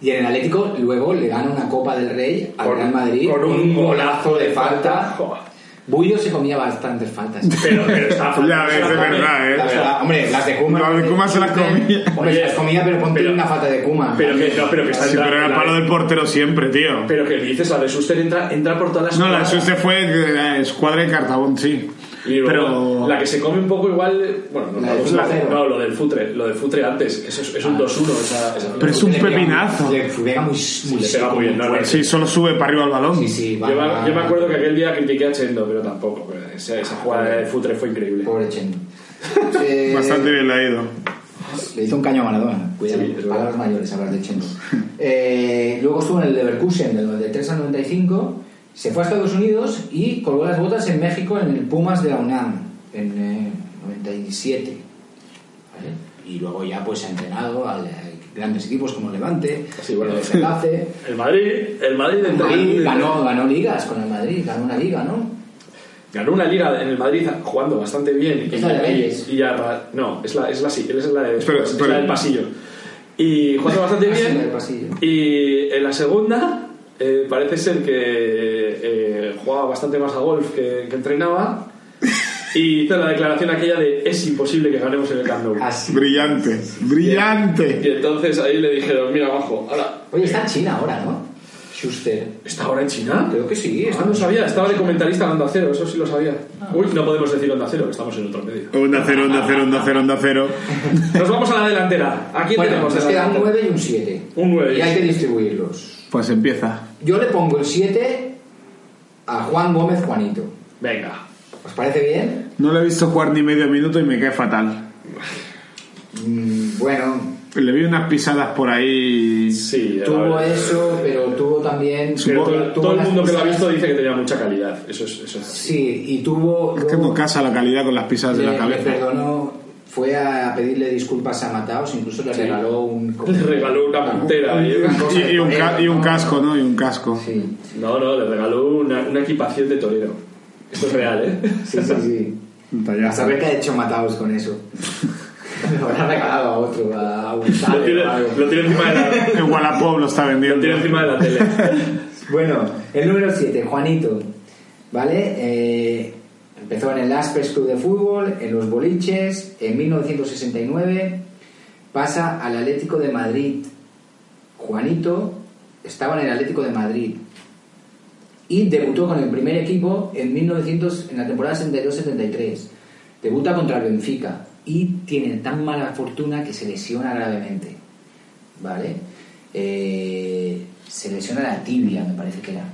Y en el Atlético luego le gana una Copa del Rey al Real Madrid con un golazo de falta. Joder. Bullo se comía bastantes faltas. Pero, pero está Ya ves, es verdad, La ¿eh? verdad, hombre, las de Kuma. Las de Koeman se las comía. Hombre, se las comía, pero ponte Pero- una falta de Kuma. Pero que, no, pero que está Sí, pero era el la- palo del portero siempre, tío. Pero que dices, la de Schuster entra, entra por todas las No, la jugadas. Schuster fue de la escuadra de Cartabón, sí. Y luego, Pero. la que se come un poco igual. eh, Bueno, no, La del no, la- 1-0. no, lo del futre, lo del futre antes, que eso es, es Ah. un 2-1. esa- esa- Pero es un Le pega- pepinazo. Le pega muy, muy le pega muy bien, no, no, Bueno, sí, solo sube para arriba el balón. Sí, sí, va, yo, me- va, yo me va. acuerdo que aquel día critiqué a Chendo, pero tampoco. pero Esa, esa jugada del futre fue increíble. Pobre Chen. Eh, Bastante bien le ha ido. Le hizo un caño a Maradona. Cuidado, Sí, es verdad. palabras mayores hablar de Chendo. Eh, luego estuvo en el Leverkusen del 93 al 95, se fue a Estados Unidos y colgó las botas en México en el Pumas de la UNAM en eh, 97. ¿vale? Y luego ya pues ha entrenado a grandes equipos como Levante, Sí, bueno. el Getafe. El Madrid, el Madrid entró- Madrid ganó, ganó ligas con el Madrid, ganó una liga, ¿no? ganó una liga en el Madrid jugando bastante bien. Es la de Reyes. y arra- no, es la, es la, sí, es la de Pero- es pero- la del pasillo. Y jugando bastante Ah, sí, la bien. del pasillo. Y en la segunda eh, parece ser que eh, jugaba bastante más a golf que, que entrenaba. Y hizo la declaración aquella de es imposible que ganemos en el Camp Nou. Así. Brillante, brillante. Y entonces ahí le dijeron, mira, bajo, ahora, Oye, está en China ahora, ¿no? Schuster. ¿está ahora en China? Creo que sí, Ah, está- no sabía, estaba de comentarista en Onda Cero, eso sí lo sabía. Ah. Uy, no podemos decir Onda Cero, que estamos en otro medio. Onda cero, onda cero, onda cero, onda cero. Nos vamos a la delantera. ¿A quién Bueno, tenemos pues nos en la queda un delantera? 9 y un 7. pues Un nueve y Y hay un que distribuirlos. Pues empieza. Yo le pongo el 7 a Juan Gómez Juanito. Venga. ¿Os parece bien? No le he visto jugar ni medio minuto y me cae fatal. Mm, bueno, Le vi unas pisadas por ahí. Sí, tuvo la verdad. eso, pero tuvo también... Pero tuvo- todo, tuvo todo el las mundo que lo ha pisadas- visto dice que tenía mucha calidad. Eso es, eso es. Sí, y tuvo... Es que no casa la calidad con las pisadas de le, la le cabeza. perdonó, fue a pedirle disculpas a Mataos, incluso le Sí. regaló un... Ah, Le regaló una puntera. y una cosa. Y, y un ca- y un casco, ¿no? Y un casco. Sí, No, no, le regaló una, una equipación de torero. Esto es real, ¿eh? sí, sí, sí. Un A tallazo. saber qué ha hecho Mataos con eso. Lo habrá regalado a otro, a un Lo tal tiene, o algo. lo tiene encima de la, En Wallapop lo está lo vendiendo. tiene encima de la tele. Bueno, el número 7, Juanito. ¿Vale? Eh, empezó en el Aspers Club de Fútbol, en los boliches, en 1969. Pasa al Atlético de Madrid. Juanito estaba en el Atlético de Madrid. Y debutó con el primer equipo en, 1900, en la temporada 62-73. Debuta contra el Benfica. Y tiene tan mala fortuna que se lesiona gravemente. ¿vale? Eh, se lesiona la tibia, me parece que era.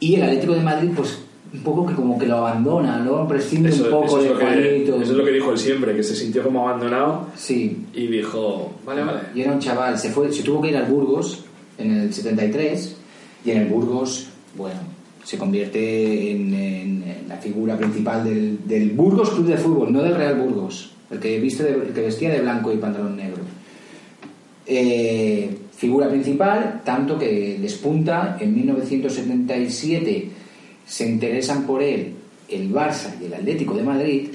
Y el Atlético de Madrid, pues un poco que como que lo abandona, ¿no? Prescinde Eso, un eso poco es de lo que, Juanito. eso es lo que dijo él siempre, que se sintió como abandonado Sí, y dijo, vale, vale. y era un chaval, se fue, se tuvo que ir al Burgos en el 73 y en el Burgos, bueno, se convierte en, en- en la figura principal del, del Burgos Club de Fútbol, no del Real Burgos, el que viste, de- el que vestía de blanco y pantalón negro. Eh, figura principal, tanto que despunta en 1977 se interesan por él el Barça y el Atlético de Madrid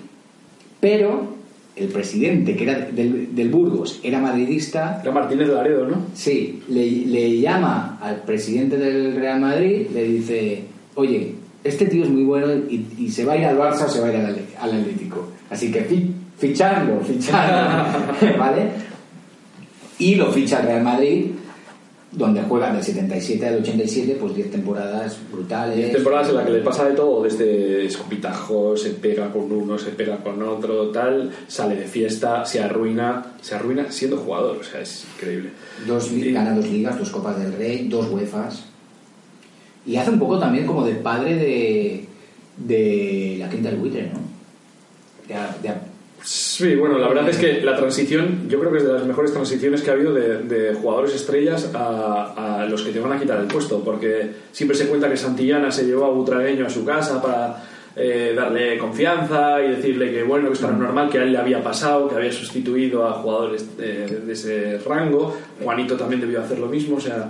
pero el presidente, que era del, del Burgos, era madridista, Era Martínez Laredo, ¿no? sí, le, le llama al presidente del Real Madrid, le dice, oye, este tío es muy bueno y, y se va a ir al Barça o se va a ir al, Ale- al Atlético. Así que fi- ficharlo, ficharlo, ¿vale? Y lo ficha el Real Madrid donde juegan del 77 al 87, pues 10 temporadas brutales. Hay temporadas en las que eh, le pasa de todo, desde escopitajos, se pega con uno, se pega con otro, tal, sale de fiesta, se arruina, se arruina siendo jugador, o sea, es increíble. Dos, li- Y- Gana dos ligas, dos Copas del Rey, dos UEFAs. Y hace un poco también como de padre de, de la quinta del buitre, ¿no? De a- de a- Sí, bueno, la verdad es que la transición, yo creo que es de las mejores transiciones que ha habido de, de jugadores estrellas a, a los que te van a quitar el puesto, porque siempre se cuenta que Santillana se llevó a Butragueño a su casa para eh, darle confianza y decirle que bueno, que esto era normal, que a él le había pasado, que había sustituido a jugadores eh, de ese rango. Juanito también debió hacer lo mismo, o sea,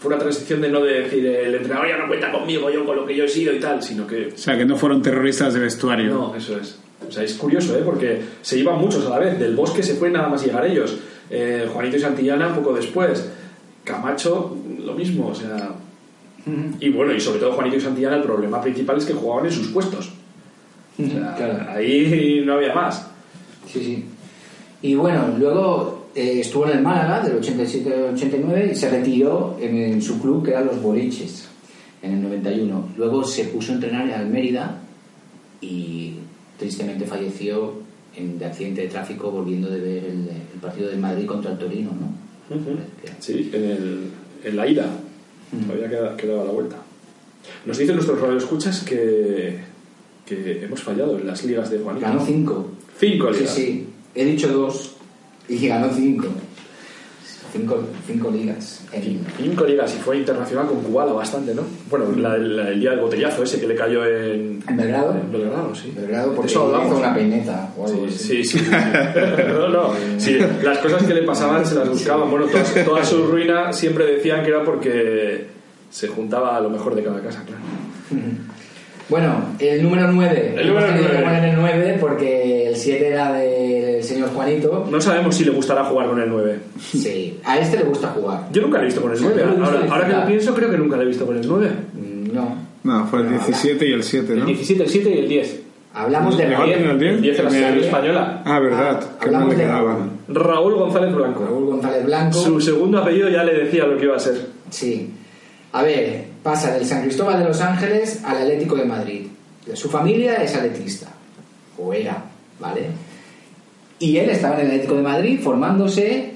fue una transición de no de decir el entrenador ya no cuenta conmigo, yo con lo que yo he sido y tal, sino que O sea, que no fueron terroristas de vestuario. no, eso es. O sea, es curioso, ¿eh? Porque se iban muchos a la vez. Del bosque se fue nada más llegar ellos. Eh, Juanito y Santillana un poco después. Camacho, lo mismo, o sea... Y bueno, y sobre todo Juanito y Santillana, el problema principal es que jugaban en sus puestos. O sea, Claro. ahí no había más. Sí, sí. Y bueno, luego eh, estuvo en el Málaga del 87 al 89 y se retiró en, en su club que era los Boliches en el 91. Luego se puso a entrenar en el Mérida y tristemente falleció en, de accidente de tráfico volviendo de ver el, el partido del Madrid contra el Torino, ¿no? Que- Sí, en, el- en la ida. Todavía queda- quedaba la vuelta. Nos dicen nuestros radioescuchas que, que hemos fallado en las ligas de Juanito. Ganó 5. Cinco Ah, Sí, ligas. sí. He dicho 2 y ganó 5. 5 ligas. En, Cinco ligas y fue internacional con Kubala bastante, ¿no? Bueno, la- la- el día del botellazo ese que le cayó en, en Belgrado. en Belgrado, sí. Belgrado porque Eso hablamos. hizo una peineta o algo Sí, así. sí, sí. sí. no, no. Sí, las cosas que le pasaban se las buscaban. Bueno, todas- toda, su ruina siempre decían que era porque se juntaba a lo mejor de cada casa, claro. Bueno, el número 9. El número nueve. poner el 9 porque el 7 era del señor Juanito. No sabemos si le gustará jugar con el 9. Sí, a este le gusta jugar. Yo nunca le he visto con el Yo 9. le he visto Ahora, ahora que lo disfrutar. pienso, creo que nunca le he visto con el 9. Mm, No. No, fue el Pero 17 y el 7, El ¿no? 17, el 7 y el 10. Hablamos de Le Raúl, Levanten el 10. El 10 en la selección española. Ah, verdad, Ah, que no hablamos le de- quedaba. Raúl González Blanco. Raúl González Blanco. Su segundo apellido ya le decía lo que iba a ser. Sí. A ver, pasa del San Cristóbal de los Ángeles al Atlético de Madrid. Su familia es atletista, o era, ¿vale? Y él estaba en el Atlético de Madrid formándose,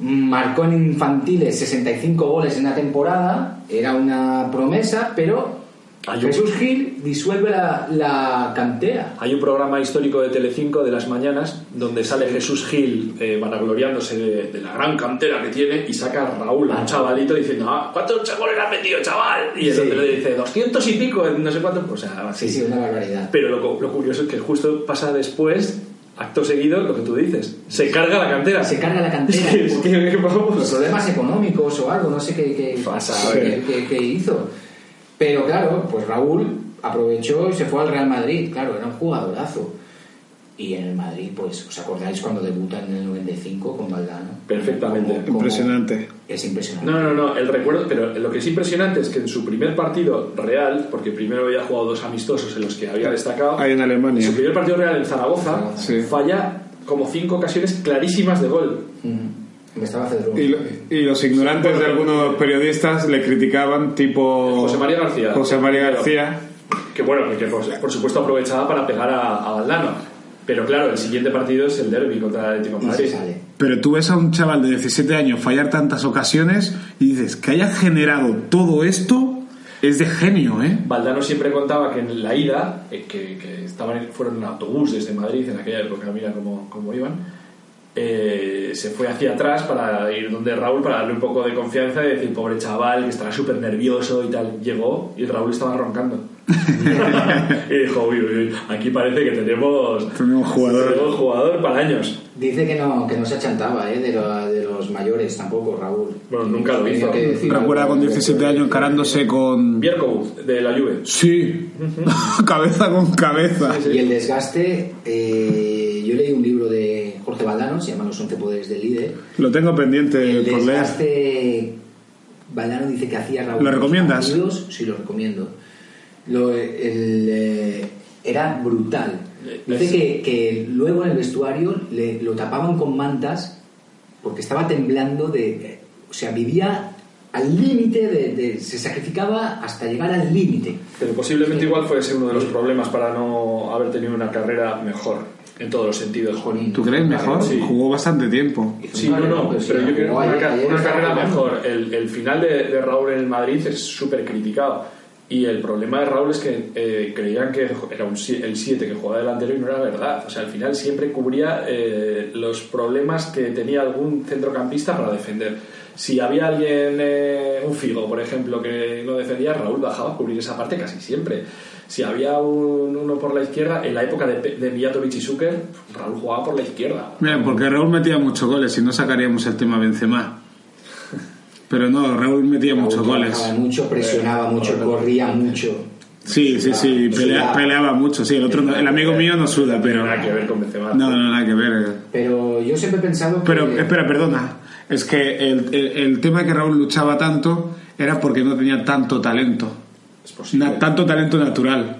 marcó en infantiles 65 goles en una temporada, era una promesa, pero Ay, yo- Jesús Gil disuelve la, la cantera. Hay un programa histórico de Telecinco de las mañanas donde sale Jesús Gil eh, vanagloriándose de, de la gran cantera que tiene y saca a Raúl, a un chavalito, diciendo ah, ¿cuántos chabones le has metido, chaval? Y el Sí. otro le dice 200 y pico, en no sé cuánto, o sea, así. Sí, sí, una barbaridad. Pero lo, cu- lo curioso es que justo pasa después, acto seguido, lo que tú dices, se carga la cantera. Se carga la cantera. Es que- es que, por vamos. problemas económicos o algo, no sé qué, qué, Pasa, qué- a ver. qué- qué hizo. Pero claro, pues Raúl aprovechó y se fue al Real Madrid, claro, era un jugadorazo. Y en el Madrid, pues, ¿os acordáis cuando debutan en el 95 con Valdano? Perfectamente. Como- como- Impresionante. Es impresionante. No, no, no, el recuerdo, pero lo que es impresionante es que en su primer partido real, porque primero había jugado dos amistosos en los que había destacado, Ahí en en Alemania. su primer partido real en Zaragoza, Sí. falla como cinco ocasiones clarísimas de gol. Mm. Me estaba cedrón. Y, lo- y los ignorantes de algunos periodistas le criticaban, tipo. José María García. José María García. Que bueno, que por, por supuesto aprovechaba para pegar a, a Valdano. Pero claro, el siguiente partido es el derby contra el Atlético de Y se Madrid. sale. Pero tú ves a un chaval de 17 años fallar tantas ocasiones y dices que haya generado todo esto es de genio, ¿eh? Valdano siempre contaba que en la ida, eh, que, que estaban, en- fueron en autobús desde Madrid en aquella época, mira cómo, cómo iban, eh, se fue hacia atrás para ir donde Raúl para darle un poco de confianza y decir, pobre chaval, que estará súper nervioso y tal. Llegó y Raúl estaba roncando. y dijo, uy, uy, uy, aquí parece que tenemos, Tenemos jugador". tenemos jugador para años. Dice que no, que no se achantaba, ¿eh? De, lo- de los mayores tampoco, Raúl. Bueno, nunca lo Tenía hizo. que decir Recuerda algo. con 17 años encarándose con. Bierko, de la Juve. Sí, cabeza con cabeza. Y el desgaste, eh, yo leí un libro de Jorge Valdano, se llama Los 11 poderes del líder. Lo tengo pendiente El por leer. desgaste, Valdano dice que hacía Raúl. ¿Lo en los recomiendas? partidos. sí, lo recomiendo. Lo- el, eh, era brutal. Dice Es- que, que luego en el vestuario le, lo tapaban con mantas porque estaba temblando de... O sea, vivía al límite, de, de- se sacrificaba hasta llegar al límite. Pero posiblemente igual fuese uno de los problemas para no haber tenido una carrera mejor en todos los sentidos. Jolín. ¿Tú crees mejor? Sí. Jugó bastante tiempo. Sí, no, no, Pero sí, pero yo creo que jugó una, ayer, ca- ayer una estaba carrera jugando. mejor. El, el final de, de Raúl en el Madrid es súper criticado. Y el problema de Raúl es que eh, creían que era un, si- el 7 que jugaba delantero y no era verdad. O sea, al final siempre cubría eh, los problemas que tenía algún centrocampista para defender. Si había alguien, eh, un Figo, por ejemplo, que no defendía, Raúl bajaba a cubrir esa parte casi siempre. Si había un, uno por la izquierda, en la época de, Pe- de Mijatovic y Zucker, Raúl jugaba por la izquierda. Mira, porque Raúl metía muchos goles y no sacaríamos el tema Benzema. Pero no, Raúl metía muchos goles. Trabajaba mucho, presionaba mucho, corría mucho. Sí, sí, sí, No pelea- sudaba. peleaba mucho. Sí, el otro, no- el amigo mío no suda, pero Nada que ver con Benzema. no, no nada que ver. eh. Pero yo siempre he pensado que... Pero espera, perdona. Es que el, el- el tema que Raúl luchaba tanto era porque no tenía tanto talento. Es posible. Na- tanto talento natural.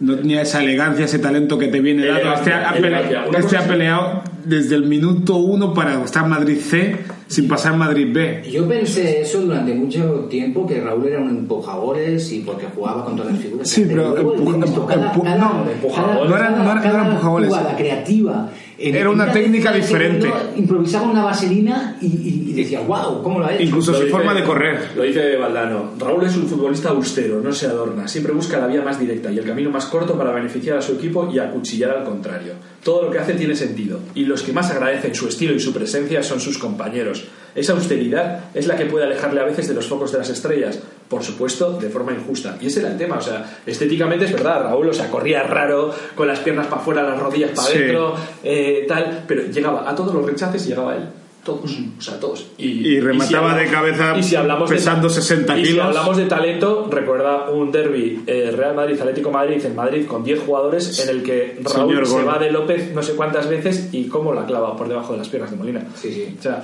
No tenía esa elegancia, ese talento que te Eh, viene dado. Este, ha, ha pele- Elegancia, una este cosa ha es- peleado desde el minuto uno para estar en Madrid C sin pasar Madrid B. Yo pensé eso durante mucho tiempo, que Raúl era un empujadores y porque jugaba con todas las figuras. Sí, pero luego empuja- he visto cada- empu- cada- no, empujadores. No era- no era- no era cada empujadores. jugada creativa. En Era el una técnica del segundo, diferente. Improvisaba una vaselina y, y- y decía, wow, ¿cómo lo ha hecho? Incluso Lo su dice- forma de correr. Lo dice Valdano. Raúl es un futbolista austero, no se adorna. Siempre busca la vía más directa y el camino más corto para beneficiar a su equipo y acuchillar al contrario. Todo lo que hace tiene sentido. Y los que más agradecen su estilo y su presencia son sus compañeros. Esa austeridad es la que puede alejarle a veces de los focos de las estrellas. Por supuesto, de forma injusta. Y ese era el tema. O sea, estéticamente es verdad, Raúl, o sea, corría raro, con las piernas para afuera, las rodillas para Sí. adentro, eh, tal. Pero llegaba a todos los rechaces y llegaba él. Todos, o sea, todos. Y Y remataba de cabeza pesando ta- 60 Y si kilos. hablamos de talento, recuerda un derby eh, Real Madrid, Atlético Madrid en Madrid con 10 jugadores en el que Raúl Señor se gol. va de López no sé cuántas veces y cómo la clava por debajo de las piernas de Molina. Sí, sí. O sea,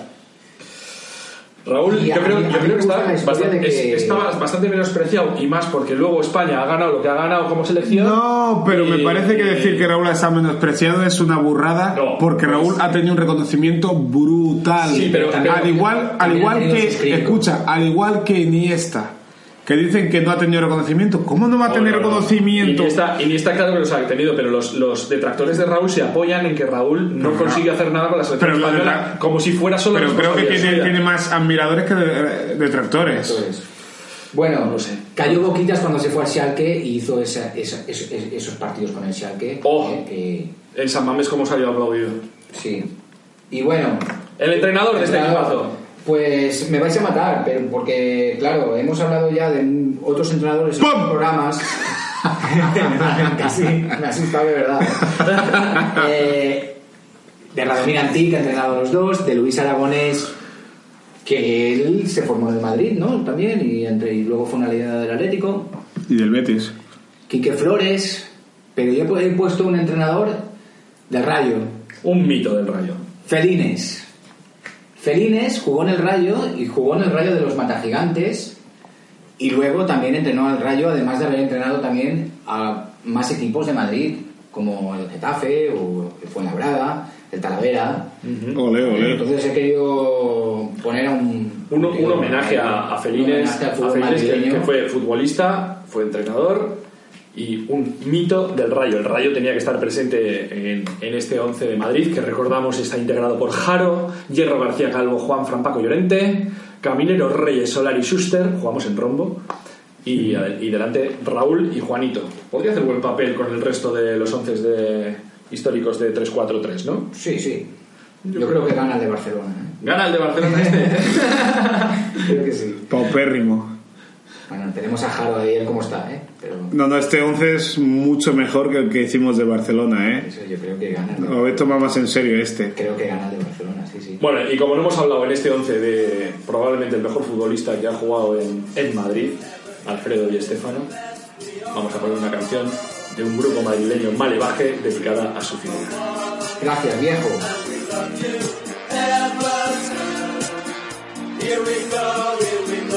Raúl, Y a yo creo, mí- a yo mí creo me que, está gusta la historia bastante, de que- es- está bastante menospreciado y más porque luego España ha ganado lo que ha ganado como selección. No, pero me Y- eh, parece que decir que Raúl está menospreciado es una burrada No, porque Raúl ha tenido un reconocimiento brutal. Sí, pero- al pero- igual, al también ha igual tenido sus que críticos. escucha, al igual que Iniesta, que dicen que no ha tenido reconocimiento. ¿Cómo no va a tener No, no, no. reconocimiento? Y está, claro que los ha tenido, pero los, los detractores de Raúl se apoyan en que Raúl no Ajá. consigue hacer nada con la selección Pero lo española, detra- como si fuera solo Pero creo que responsabilidad tiene, suya. tiene más admiradores que de- detractores. Eso es. Bueno, No lo sé. cayó Boquitas cuando se fue al Schalke y hizo esa- esa- es- es- esos partidos con el Schalke. Oh. eh, que- El San Mamés como salió aplaudido. sí. Y bueno, El entrenador de este Claro, equipazo. Pues me vais a matar, pero porque, claro, hemos hablado ya de mm, otros entrenadores en ¡Pum! otros programas. Casi me asusta de verdad. Eh, de Radomir Antí, que ha entrenado a los dos, de Luis Aragonés, que él se formó en el Madrid, ¿no? También, y, entre, y luego fue una leyenda del Atlético. Y del Betis. Quique Flores, pero yo he pu- he puesto un entrenador del Rayo, Un mito del rayo. Felines. Felines jugó en el Rayo y jugó en el Rayo de los Matagigantes y luego también entrenó al Rayo, además de haber entrenado también a más equipos de Madrid, como el Getafe o el Fuenlabrada, el Talavera. Ole, ole. Entonces he querido poner a un... eh, Un, un homenaje a, a un Felines, homenaje al a fútbol Felines, que, madrileño. que fue futbolista, fue entrenador y un mito del Rayo. El Rayo tenía que estar presente en, en este 11 de Madrid, que recordamos está integrado por Jaro, Hierro García Calvo, Juan Frampaco Llorente, Caminero Reyes, Solar y Schuster, jugamos en rombo, y, a- y delante Raúl y Juanito. Podría hacer buen papel con el resto de los 11 de, históricos de 3-4-3, ¿no? Sí, sí. Yo creo que gana el de Barcelona. ¿eh? Gana el de Barcelona este. Creo que sí. Paupérrimo. Bueno, tenemos a Jaro ahí, él cómo está, ¿eh? Pero No, no, este 11 es mucho mejor que el que hicimos de Barcelona, ¿eh? eso yo creo que gana. el de- Lo habéis tomado más en serio este. Creo que gana el de Barcelona, sí, sí. Bueno, y como no hemos hablado en este 11 de probablemente el mejor futbolista que ha jugado en, en Madrid, Alfredo Di Estefano, vamos a poner una canción de un grupo madrileño malevaje dedicada a su figura. Gracias, viejo. Here we go, here we go.